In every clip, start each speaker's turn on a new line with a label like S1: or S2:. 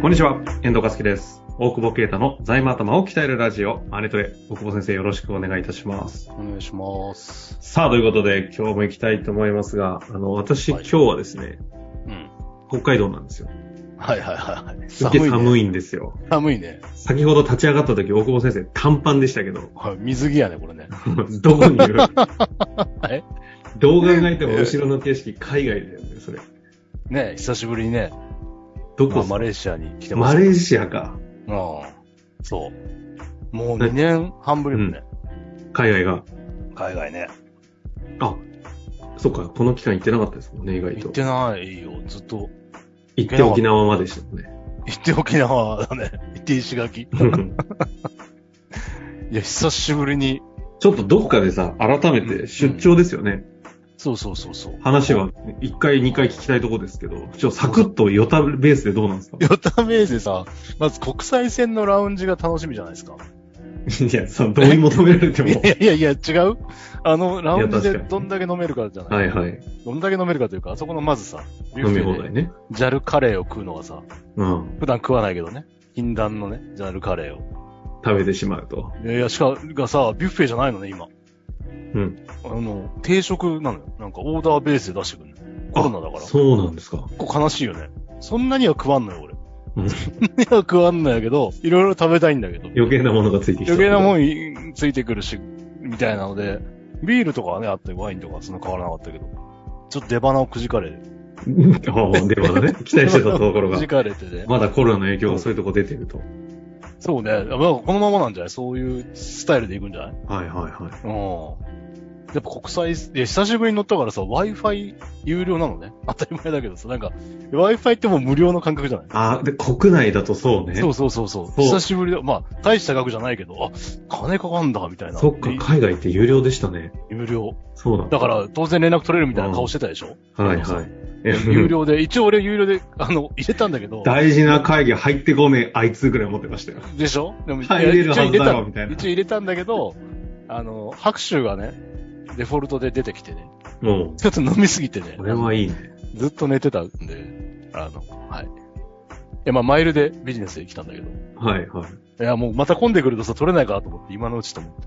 S1: こんにちは、遠藤和樹です。大久保啓太の財務頭を鍛えるラジオ、マネトレ。大久保先生、よろしくお願いいたします。
S2: お願いします。
S1: さあ、ということで、今日も行きたいと思いますが、あの、私、
S2: はい
S1: 今日はですね、
S2: うん。
S1: 北海道なんですよ。
S2: はいはいはいはい。
S1: すっげえ寒
S2: い。
S1: いんですよ。
S2: 寒いね。
S1: 先ほど立ち上がった時、大久保先生、短パンでしたけど、
S2: はい、水着やね、これね。
S1: どこに いる
S2: え
S1: 動画がいても後ろの景色、海外だよね、それ。
S2: ね久しぶりにね、
S1: ど
S2: ま
S1: こ
S2: あ、マレーシアに来てま
S1: マ
S2: す。
S1: レーシアか。
S2: うん。そう。もう2年半ぶりもね、
S1: 海外が。
S2: 海外ね。
S1: あ、そっか、この期間行ってなかったですもんね、意外
S2: 行
S1: と
S2: っ。てないよ、ずっと。
S1: 行って沖縄まででしたもん ね。
S2: 行って沖縄だね。 行って石垣。いや、久しぶりに。
S1: ちょっとどっかでさ、改めて出張ですよね。
S2: そうそうそうそう。
S1: 話は1回、2回聞きたいとこですけど、ちょっとサクッとヨタベースでどうなんですか
S2: ヨタメーゼさ、まず国際線のラウンジが楽しみじゃないですか。
S1: いや、 その同意求められても
S2: い。やいやいや、違うあの、ラウン
S1: い
S2: ジ
S1: や
S2: で
S1: 確かに
S2: どんだけ飲めるかじゃない
S1: はいはい。
S2: どんだけ飲めるかというか、あそこのまずさ、ビュッ
S1: 飲
S2: フ
S1: み
S2: ェ
S1: 放
S2: で
S1: 題ね。
S2: ジャルカレーを食うのがさ、
S1: うん。
S2: 普段食わないけどね、禁断のね、ジャルカレーを。
S1: 食べてしまうと。
S2: いやいや、しか、がさ、ビュッフェじゃないのね、今。
S1: うん。
S2: あの、定食なのよ。なんかオーダーベースで出してくるの。コロナだから。
S1: そうなんですか。
S2: 結構悲しいよね。そんなには食わんのよ、俺。
S1: うん
S2: そんなには食わんのやけど、いろいろ食べたいんだけど。
S1: 余計なものがついてきちゃう。
S2: 余計なも
S1: ん。
S2: んいついてくるし、みたいなので、ビールとかはね、あってワインとかはそんな変わらなかったけど、ちょっと出花をくじかれる。
S1: ああ、でもだね。期待してたところ
S2: く
S1: が
S2: じ。かれてね。
S1: まだコロナの影響がそういうとこ出てると。
S2: そうね。まあこのままなんじゃないそういうスタイルで行くんじゃない
S1: はいはいはい。
S2: うん。やっぱ国際、いや、久しぶりに乗ったからさ、Wi-Fi 有料なのね。当たり前だけどさ、なんか、Wi-Fi ってもう無料の感覚じゃない
S1: ああ、で、国内だとそうね。
S2: そうそうそうそう。
S1: そう
S2: 久しぶりだ。まあ、大した額じゃないけど、あ、金かかんだ、みたいな。
S1: そっか、
S2: で
S1: 海外って有料でしたね。
S2: 有料。
S1: そうなん
S2: だから、当然連絡取れるみたいな顔してたでしょ、
S1: はいはい。え
S2: 有料で、一応俺有料で、あの、入れたんだけど、
S1: 大事な会議入ってこねえ、あいつぐらい思ってましたよ。
S2: でしょでも、
S1: 入れるはずだろ
S2: いや一応入れた
S1: みたいな
S2: 一応入れたんだけど、あの、拍手がね、デフォルトで出てきてね。
S1: も
S2: ちょっと飲みすぎてね
S1: う、。これはいいね。
S2: ずっと寝てたんで、あの、はい。いや、まあ、マイルでビジネスで来たんだけど。い
S1: はいはい。
S2: や、もうまた混んでくるとさ、取れないかなと思って、今のうちと思って。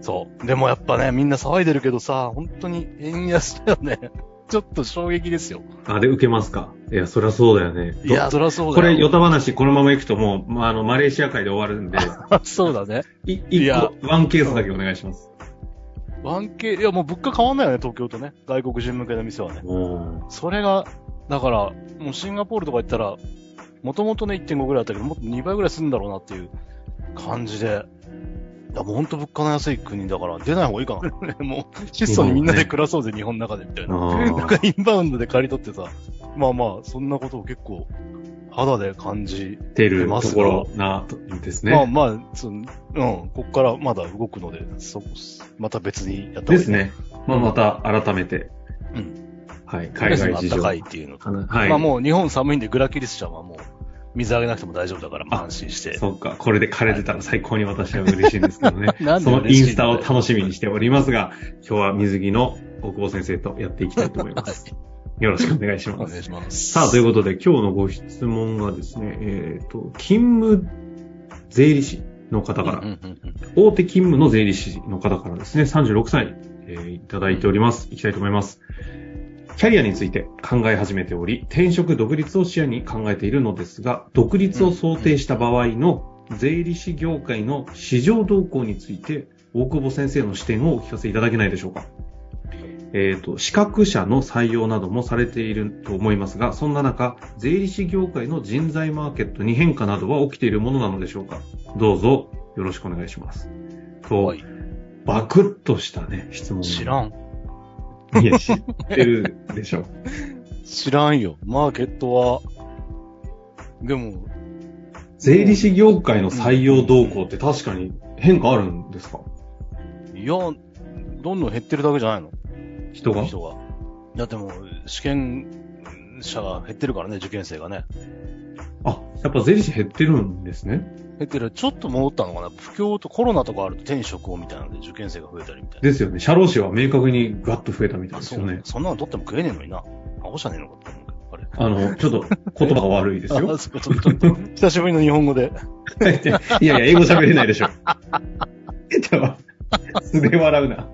S2: そう。でもやっぱね、みんな騒いでるけどさ、本当に円安だよね。 ちょっと衝撃ですよ。
S1: あ、で、受けますか。いや、そりゃそうだよね。
S2: いや、
S1: ど
S2: そりゃそう
S1: こ
S2: だ
S1: れ、
S2: よ。
S1: ヨタ話、このまま行くともう、まあ、あの、マレーシア会で終わる んで、
S2: そうだね。
S1: い、
S2: い
S1: 一
S2: や
S1: 個、ワンケースだけお願いします。
S2: 1K、いや、もう物価変わんないよね、東京とね。外国人向けの店はね。
S1: も、
S2: それが、だから、もうシンガポールとか行ったら、もともとね1.5ぐらいだったけど、もっと2倍ぐらいするんだろうなっていう感じで、いや、もうほんと物価の安い国だから出ない方がいいかな。 もう、質素にみんなで暮らそうぜ、日本の中でみたいうな。
S1: あ
S2: なん
S1: ー
S2: かインバウンドで借り取ってさ、まあまあ、そんなことを結構、肌で感じ、
S1: 出るところな、とです
S2: まあ
S1: ね。
S2: まあ、そのうん、こっからまだ動くので、そ、また別にや
S1: で
S2: った方がいい。
S1: すね。まあ、また、改めて。
S2: うん。
S1: はい、海外事情。
S2: 暖か
S1: はい
S2: っ
S1: い。
S2: ていうのとまあ
S1: そ
S2: もう日本寒いんでグラキリスちゃんはもう水あげなくても大丈夫だから、まあ安心して。
S1: っか、これで枯れてたら最高に私は嬉しいんですけどね。
S2: なんで
S1: そ
S2: 嬉しい
S1: の
S2: んだよ
S1: インスタを楽しみにしておりますが、今日は水着の大久保先生とやっていきたいと思いま
S2: は
S1: す。
S2: い。
S1: よろしくお願いし
S2: お
S1: ま
S2: 願い
S1: す。
S2: します。
S1: さあ、ということで今日のご質問がですね、えっ、と、勤務税理士の方から、
S2: うんうんうんうん
S1: 大手勤務の税理士の方からですね、36歳、えーいただいております。いきたいと思います。キャリアについて考え始めており、転職独立を視野に考えているのですが、独立を想定した場合の税理士業界の市場動向について、大久保先生の視点をお聞かせいただけないでしょうか。えっ、と、資格者の採用などもされていると思いますが、そんな中、税理士業界の人材マーケットに変化などは起きているものなのでしょうか。どうぞよろしくお願いします。と、
S2: はい
S1: バクッとしたね、質問。
S2: 知ら
S1: ん。
S2: ん。
S1: いや、知ってるでしょ。
S2: 知らんよ。マーケットは、でも、
S1: 税理士業界の採用動向って確かに変化あるんですか
S2: いや、どんどん減ってるだけじゃないの
S1: 人が。
S2: 人が。だってもう、試験者が減ってるからね、受験生がね。
S1: あ、やっぱ税理士減ってるんですね。
S2: 減ってる。ちょっと戻ったのかな不況とコロナとかあると転職をみたいなので受験生が増えたりみたいな。
S1: ですよね。社労士は明確にガッと増えたみたい
S2: あ
S1: です
S2: そ
S1: よ
S2: う
S1: ね。
S2: そんなの取っても食えねえのにな。アホじゃねえのかって思うけど、あれ。
S1: あの、ちょっと言葉が悪いです よ
S2: あ。そうちょっとちょっ と久しぶりの日本語で。
S1: い やいや、英語喋れないでしょ。えちゃ素で笑うな。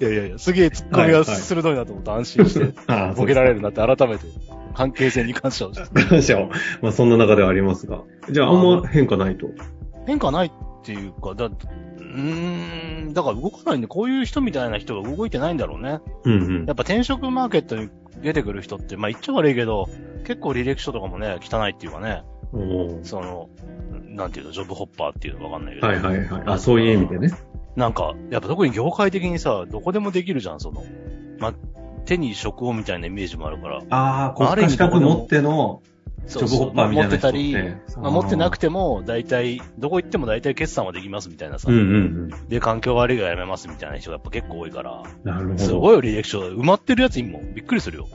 S2: いやいやいや、すげえ突っ込みが鋭いなと思って安心して、
S1: ああ、
S2: ボケら
S1: れ
S2: れるなって改めて、関係性に感謝をして。
S1: 感謝を。まあ、そんな中ではありますが。じゃあ、あんま変化ないと。
S2: 変化ないっていうか、だ、うーん、だから動かないんで、こういう人みたいな人が動いてないんだろうね。
S1: うんうん
S2: や。っぱ転職マーケットに出てくる人って、まあ言っちゃ悪いけど、結構履歴書とかもね、汚いっていうかね、
S1: おー
S2: その、なんていうの、ジョブホッパーっていうのわかんないけど。
S1: はいはいはい。あ、そういう意味でね。
S2: なんか、やっぱ特に業界的にさ、どこでもできるじゃん、その。まあ、手に職をみたいなイメージもあるから。
S1: ああ、
S2: まあある
S1: 国家
S2: 意味
S1: 資格持っての、ジ
S2: そ
S1: ョ
S2: う
S1: ブホッパーみたいな人
S2: まあ持ってたり、
S1: て
S2: まあ、持ってなく
S1: て。
S2: ても、大体、どこ行っても大体決算はできますみたいなさ。
S1: うんうん
S2: で、環境悪いがやめますみたいな人がやっぱ結構多いから。
S1: うん。なるほど。
S2: すごいよ、履歴書。埋まってるやついんもん。びっくりするよ。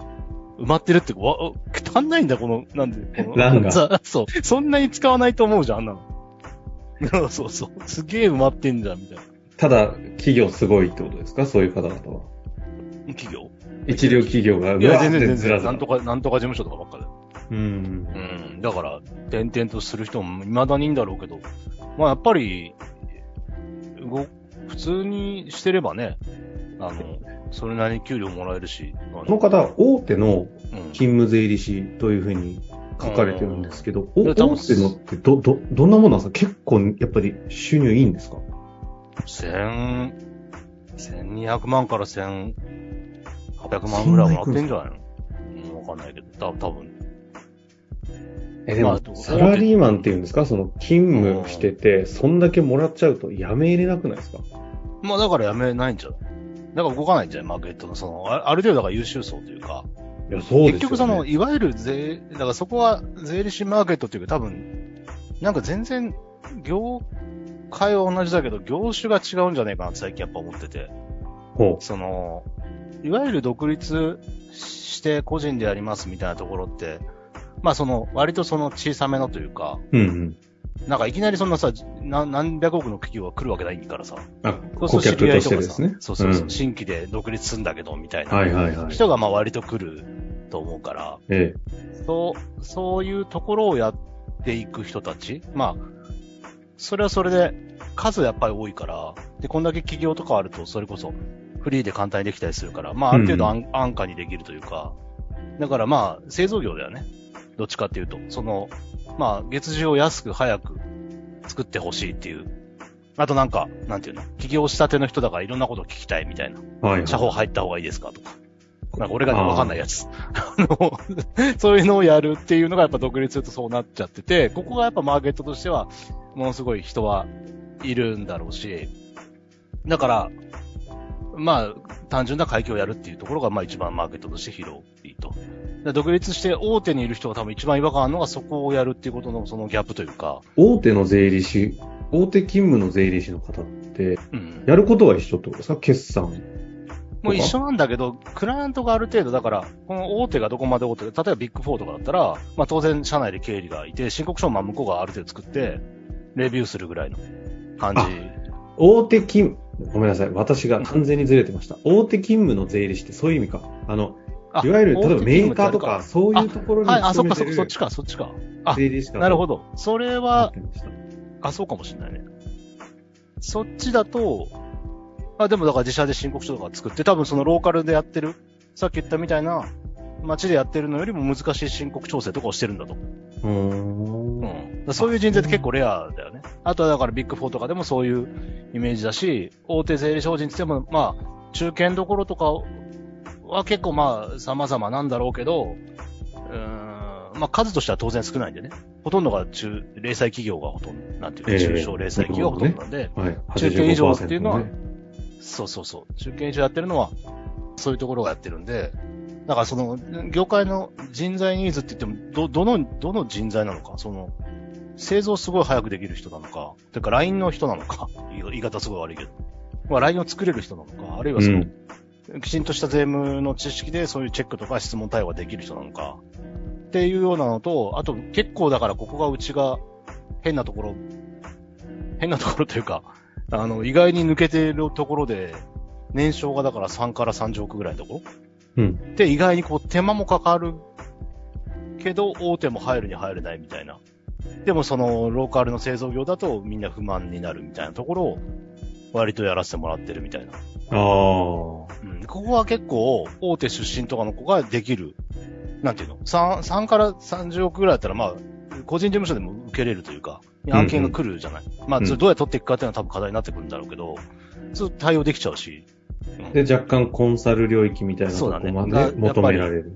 S2: 埋まってるって、わ、お足んないんだ、この、なんで、この。
S1: 欄 が
S2: さそう。そんなに使わないと思うじゃん、あんなの。 そうそう。すげえ埋まってんじゃん、みたいな。
S1: ただ、企業すごいってことですかそういう方々は。
S2: 企業
S1: 一流企業が、
S2: いや、全
S1: うわー
S2: 然全
S1: ずら
S2: 然。
S1: ずら
S2: なんとか、なんとか事務所とかばっかで。
S1: うん。
S2: うん。だから、転々とする人も未だにいいんだろうけど、まあやっぱり、ご、普通にしてればね、あの、それなりに給料もらえるし、あ
S1: この
S2: の、
S1: 方は大手の
S2: うん。
S1: 勤務税理士というふうに書かれてるんですけど、お
S2: うん
S1: 大手のってど、ど、どんなものなんですか結構やっぱり収入いいんですか
S2: 千、千二百万から千八百万ぐらいはなってんじゃないのうんわかんないけど、た多分
S1: え、で
S2: ま
S1: も
S2: あ、
S1: サラリーマンっていうんですかその勤務してて、そんだけもらっちゃうとやめ入れなくないですか
S2: まあだからやめないんじゃないだから動かないんじゃないマーケットのその、あある程度だから優秀層というか。
S1: いや、そうですよ、ね。
S2: 結局その、いわゆる税、だからそこは税理士マーケットっていうか多分、なんか全然、業界は同じだけど、業種が違うんじゃないかなって最近やっぱ思ってて。
S1: ほ
S2: その、いわゆる独立して個人でやりますみたいなところって、まあその、割とその小さめのというか、
S1: う。うんうん。
S2: なんかいきなりそんなさ、な何百億の企業が来るわけないからさ、
S1: あ、
S2: そ
S1: 顧
S2: うす
S1: 客
S2: る知り合
S1: と
S2: い
S1: し
S2: と
S1: て
S2: か
S1: で
S2: さ
S1: すね。
S2: そうそうそう、
S1: ん
S2: 新規で独立すんだけど、みたい
S1: は
S2: ない
S1: はいはい。
S2: 人がまあ割と来ると思うから、
S1: え
S2: そう、そういうところをやっていく人たち。まあ、それはそれで数やっぱり多いから、で、こんだけ企業とかあると、それこそフリーで簡単にできたりするから、まあ、ある程度
S1: うん
S2: 安,、安価にできるというか、だからまあ、製造業だよね。どっちかっていうと、その、まあ、月次を安く早く作ってほしいっていう。あとなんか、なんていうの起業したての人だからいろんなこと聞きたいみたいな。
S1: え。はい、はい。
S2: 社法入った方がいいですかとか。なんか俺がわかんないやつ。 あの、そういうのをやるっていうのがやっぱ独立するとそうなっちゃってて、ここがやっぱマーケットとしては、ものすごい人はいるんだろうし、だから、まあ、単純な会計をやるっていうところが、まあ一番マーケットとして広いと。で独立して大手にいる人が多分一番違和感あるのがそこをやるっていうことのそのギャップというか、
S1: 大手の税理士、大手勤務の税理士の方って、
S2: うん。
S1: やることは一緒ってことですか決算。
S2: もう一緒なんだけど、クライアントがある程度、だから、この大手がどこまで大手で、例えばビッグフォーとかだったら、まあ当然社内で経理がいて、申告書もまあ向こうがある程度作って、レビューするぐらいの感じ。
S1: 大手勤務、ごめんなさい。私が完全にずれてました。大手勤務の税理士ってそういう意味か。あの、
S2: あ
S1: いわゆる、例えばメーカーと
S2: は
S1: か、そういうところ
S2: い、
S1: に
S2: あ、そっ
S1: 勤め
S2: か
S1: て
S2: そっか、
S1: る
S2: そっちか、そっちか。あ
S1: 税理士
S2: なるほ
S1: ど。
S2: ど。それ
S1: 思っ
S2: は、
S1: てました
S2: あ、そうかもしれないね。そっちだと、あ、でもだから自社で申告書とか作って、多分そのローカルでやってる、さっき言ったみたいな、街でやってるのよりも難しい申告調整とかをしてるんだと。
S1: うーん。
S2: うん、そういう人材って結構レアだよね。あとはだからビッグフォーとかでもそういうイメージだし、大手税理士法人って言っても、まあ、中堅どころとかは結構まあ、様々なんだろうけど、うーん、まあ数としては当然少ないんでね。ほとんどが中、零細企業がほとんど、なんていうか、
S1: ええ
S2: 中小零細企業がほとんどなんで、
S1: はい。
S2: 中堅以上っていうのは
S1: 85%ね
S2: そうそうそう。中堅以上やってるのは、そういうところがやってるんで、だからその、業界の人材ニーズって言っても、ど、どの、どの人材なのか、その、製造すごい早くできる人なのか、てか LINE の人なのか、言い言い方すごい悪いけど、まあ LINE を作れる人なのか、あるいはその、きちんとした税務の知識でそういうチェックとか質問対応ができる人なのか、っていうようなのと、あと結構だからここがうちが変なところ、変なところというか、あの、意外に抜けてるところで、年商がだから3から30億ぐらいのところ
S1: うん。
S2: で、意外にこう手間もかかるけど、大手も入るに入れないみたいな。でもその、ローカルの製造業だとみんな不満になるみたいなところを、割とやらせてもらってるみたいな。
S1: ああ。
S2: うん、ここは結構、大手出身とかの子ができる、なんていうの ?3、3から30億ぐらいだったら、まあ、個人事務所でも受けれるというか、
S1: ん
S2: 案件が来るじゃない。まあ、
S1: うん
S2: それどうやって取っていくかっていうのは多分課題になってくるんだろうけど、そう対応できちゃうし、
S1: で、若干コンサル領域みたいなと
S2: そう
S1: こ
S2: だね
S1: ま
S2: だやっ
S1: で
S2: ぱり
S1: 求められる。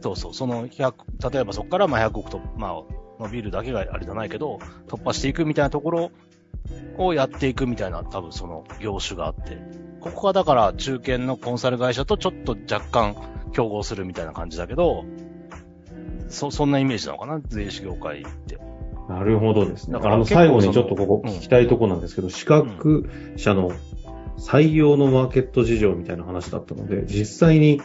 S2: そうそう、その100、例えばそこからまあ100億と、まあ、伸びるだけがあれじゃないけど、突破していくみたいなところをやっていくみたいな、多分その業種があって。ここはだから中堅のコンサル会社とちょっと若干競合するみたいな感じだけど、そ、そんなイメージなのかな税理士業界って。
S1: なるほどですね。
S2: だ
S1: だ
S2: か
S1: かららあの
S2: 結構
S1: 最後
S2: そ
S1: にち
S2: の
S1: ょっとここ聞きたいとこなんですけど、資格者の採用のマーケット事情みたいな話だったので、実際に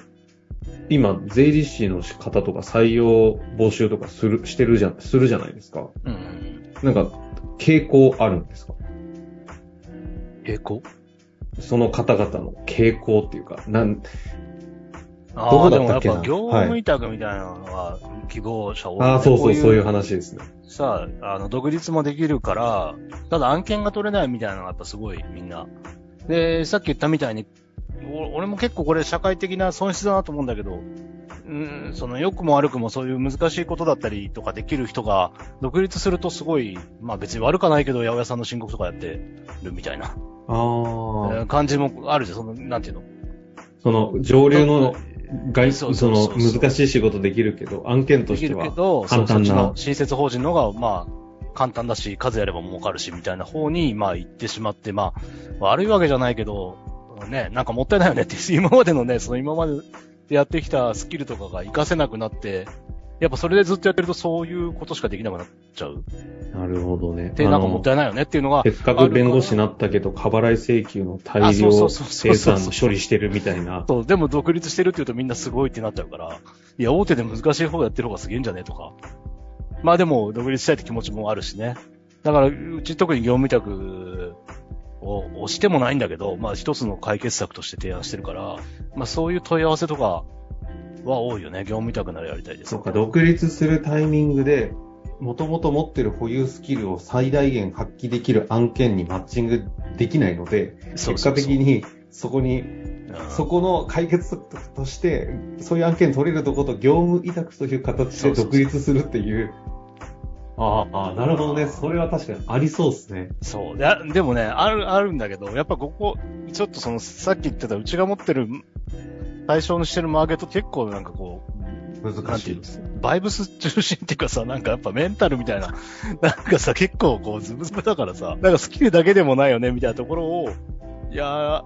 S1: 今、税理士の方とか採用募集とかする、してるじゃ、するじゃないですか。
S2: うんうん。
S1: なんか、傾向あるんですか
S2: 平行
S1: その方々の傾向っていうか、なん、
S2: あ
S1: ど
S2: あ、
S1: うだ
S2: で
S1: っ
S2: も
S1: た
S2: や
S1: っ
S2: っ
S1: けな
S2: ぱ業務委託みたいなのは希望者多いね、
S1: ああ、そうそう、
S2: こ
S1: そういう話ですね。
S2: さあ、あの、独立もできるから、ただ案件が取れないみたいなのがやっぱすごいみんな。で、さっき言ったみたいに、お俺も結構これ社会的な損失だなと思うんだけど、うん、その良くも悪くもそういう難しいことだったりとかできる人が独立するとすごい、まあ別に悪かないけど八百屋さんの申告とかやってるみたいな
S1: ああ、
S2: えー感じもあるじゃん、その、なんていうの。
S1: その上流の外、
S2: そ
S1: そう
S2: そうそうそう
S1: の難しい仕事できるけど、案件と
S2: で
S1: し
S2: き
S1: て
S2: るけ
S1: は。
S2: ど、そ
S1: 簡
S2: うそ
S1: 単な
S2: っちの新設法人の方が、まあ、簡単だし、数やれば儲かるし、みたいな方に、まあ、行ってしまって、まあ、悪いわけじゃないけど、ね、なんかもったいないよねって、 今までのね、その今までやってきたスキルとかが活かせなくなって、やっぱそれでずっとやってるとそういうことしかできなくなっちゃう。
S1: なるほどね。
S2: で、
S1: あ
S2: なんか
S1: の
S2: もったいないよねっていうのが、
S1: せっかく弁護士になったけど、過払い請求の大
S2: あそ
S1: 量
S2: うそうそうそ
S1: 生
S2: うそう
S1: 産処理してるみたいな。
S2: そう、でも独立してるって言うとみんなすごいってなっちゃうから、いや、大手で難しい方やってる方がすげえんじゃねえとか。まあでも、独立したいって気持ちもあるしね。だから、うち特に業務委託を押してもないんだけど、まあ一つの解決策として提案してるから、まあそういう問い合わせとかは多いよね。業務委託ならやりたいです。
S1: そうか、独立するタイミングで、もともと持ってる保有スキルを最大限発揮できる案件にマッチングできないので、
S2: そ
S1: 結
S2: うそうそう
S1: 果的にそこに、
S2: うん
S1: そこの解決策として、そういう案件取れるとこと業務委託という形で独立するっていう。ああ、なるほどね。それは確かにありそうですね。
S2: そう。であでもね、ある、あるんだけど、やっぱここ、ちょっとその、さっき言ってた、うちが持ってる、対象にしてるマーケット結構なんかこう、
S1: 難しいです。
S2: バイブス中心っていうかさ、なんかやっぱメンタルみたいな、 なんかさ、結構こうズブズブだからさ、なんかスキルだけでもないよねみたいなところを、いや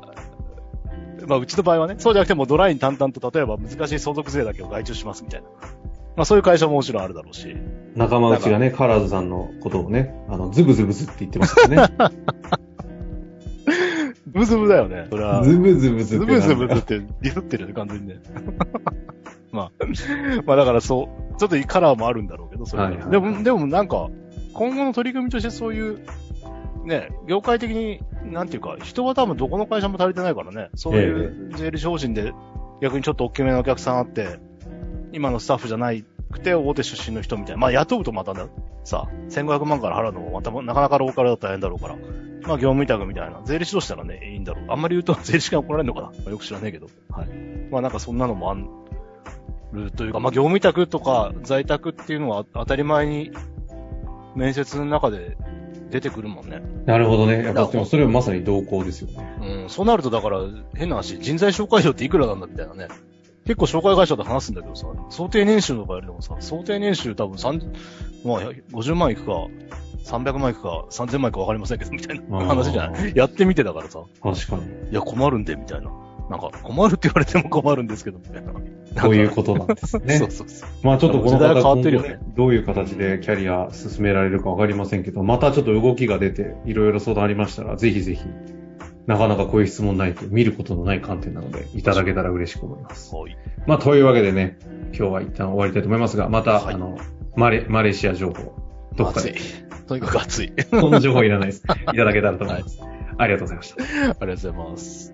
S2: ー、まあうちの場合はね、そうじゃなくてもうドライに淡々と例えば難しい相続税だけを外注しますみたいな。まあそういう会社ももちろんあるだろうし。
S1: 仲間内がね、カラーズさんのことをね、あの、ズブズブズって言ってました ね。
S2: ズブズブだよね。それは
S1: ズブズブズ
S2: ズ
S1: って
S2: ブ
S1: なんだ
S2: ズブズってディスってるよね、完全にね。 まあ、まあだからそう、ちょっとカラーもあるんだろうけど、それは
S1: はいはい
S2: でも、でもなんか、今後の取り組みとしてそういう、ね、業界的に、なんていうか、人は多分どこの会社も足りてないからね、そういう税理士法人で逆にちょっと大きめのお客さんあって、今のスタッフじゃなくて大手出身の人みたいな、まあ雇うとまたね、さ、1500万から払うのもまたなかなかローカルだったら大変だろうから、まあ業務委託みたいな、税理士としたらね、いいんだろう。あんまり言うと 税理士が怒られるのかな、まあよく知らねえけど。はい。まあなんかそんなのもあるというか、まあ業務委託とか在宅っていうのは当たり前に面接の中で出てくるもんね。
S1: なるほどね。やっぱ、でもそれはまさに同行ですよね。
S2: うん、そうなるとだから変な話、人材紹介料っていくらなんだみたいなね。結構紹介会社で話すんだけどさ、想定年収とかよりもさ、想定年収多分三まあ50万いくか、300万いくか、3000万いくか分かりませんけど、みたいな話じゃない。やってみてだからさ。
S1: 確かに。
S2: いや、困るんで、みたいな。なんか、困るって言われても困るんですけど、みたいな。
S1: こういうことなんですね。
S2: そうそうそう。
S1: まあちょっとこの
S2: 時代
S1: 方
S2: は変わってるよね
S1: 今後どういう形でキャリア進められるかわかりませんけど、またちょっと動きが出て、いろいろ相談ありましたら、ぜひぜひ、なかなかこういう質問ないと、見ることのない観点なので、いただけたら嬉しく思います。
S2: そうい
S1: まあ、というわけでね、今日は一旦終わりたいと思いますが、また、
S2: はい
S1: あの、マレ、マレーシア情報、どこか
S2: 暑
S1: で
S2: い、。とにかく暑い。あ
S1: そんな情報いらないです。いただけたらと思います。ありがとうございました。
S2: りがとうございます。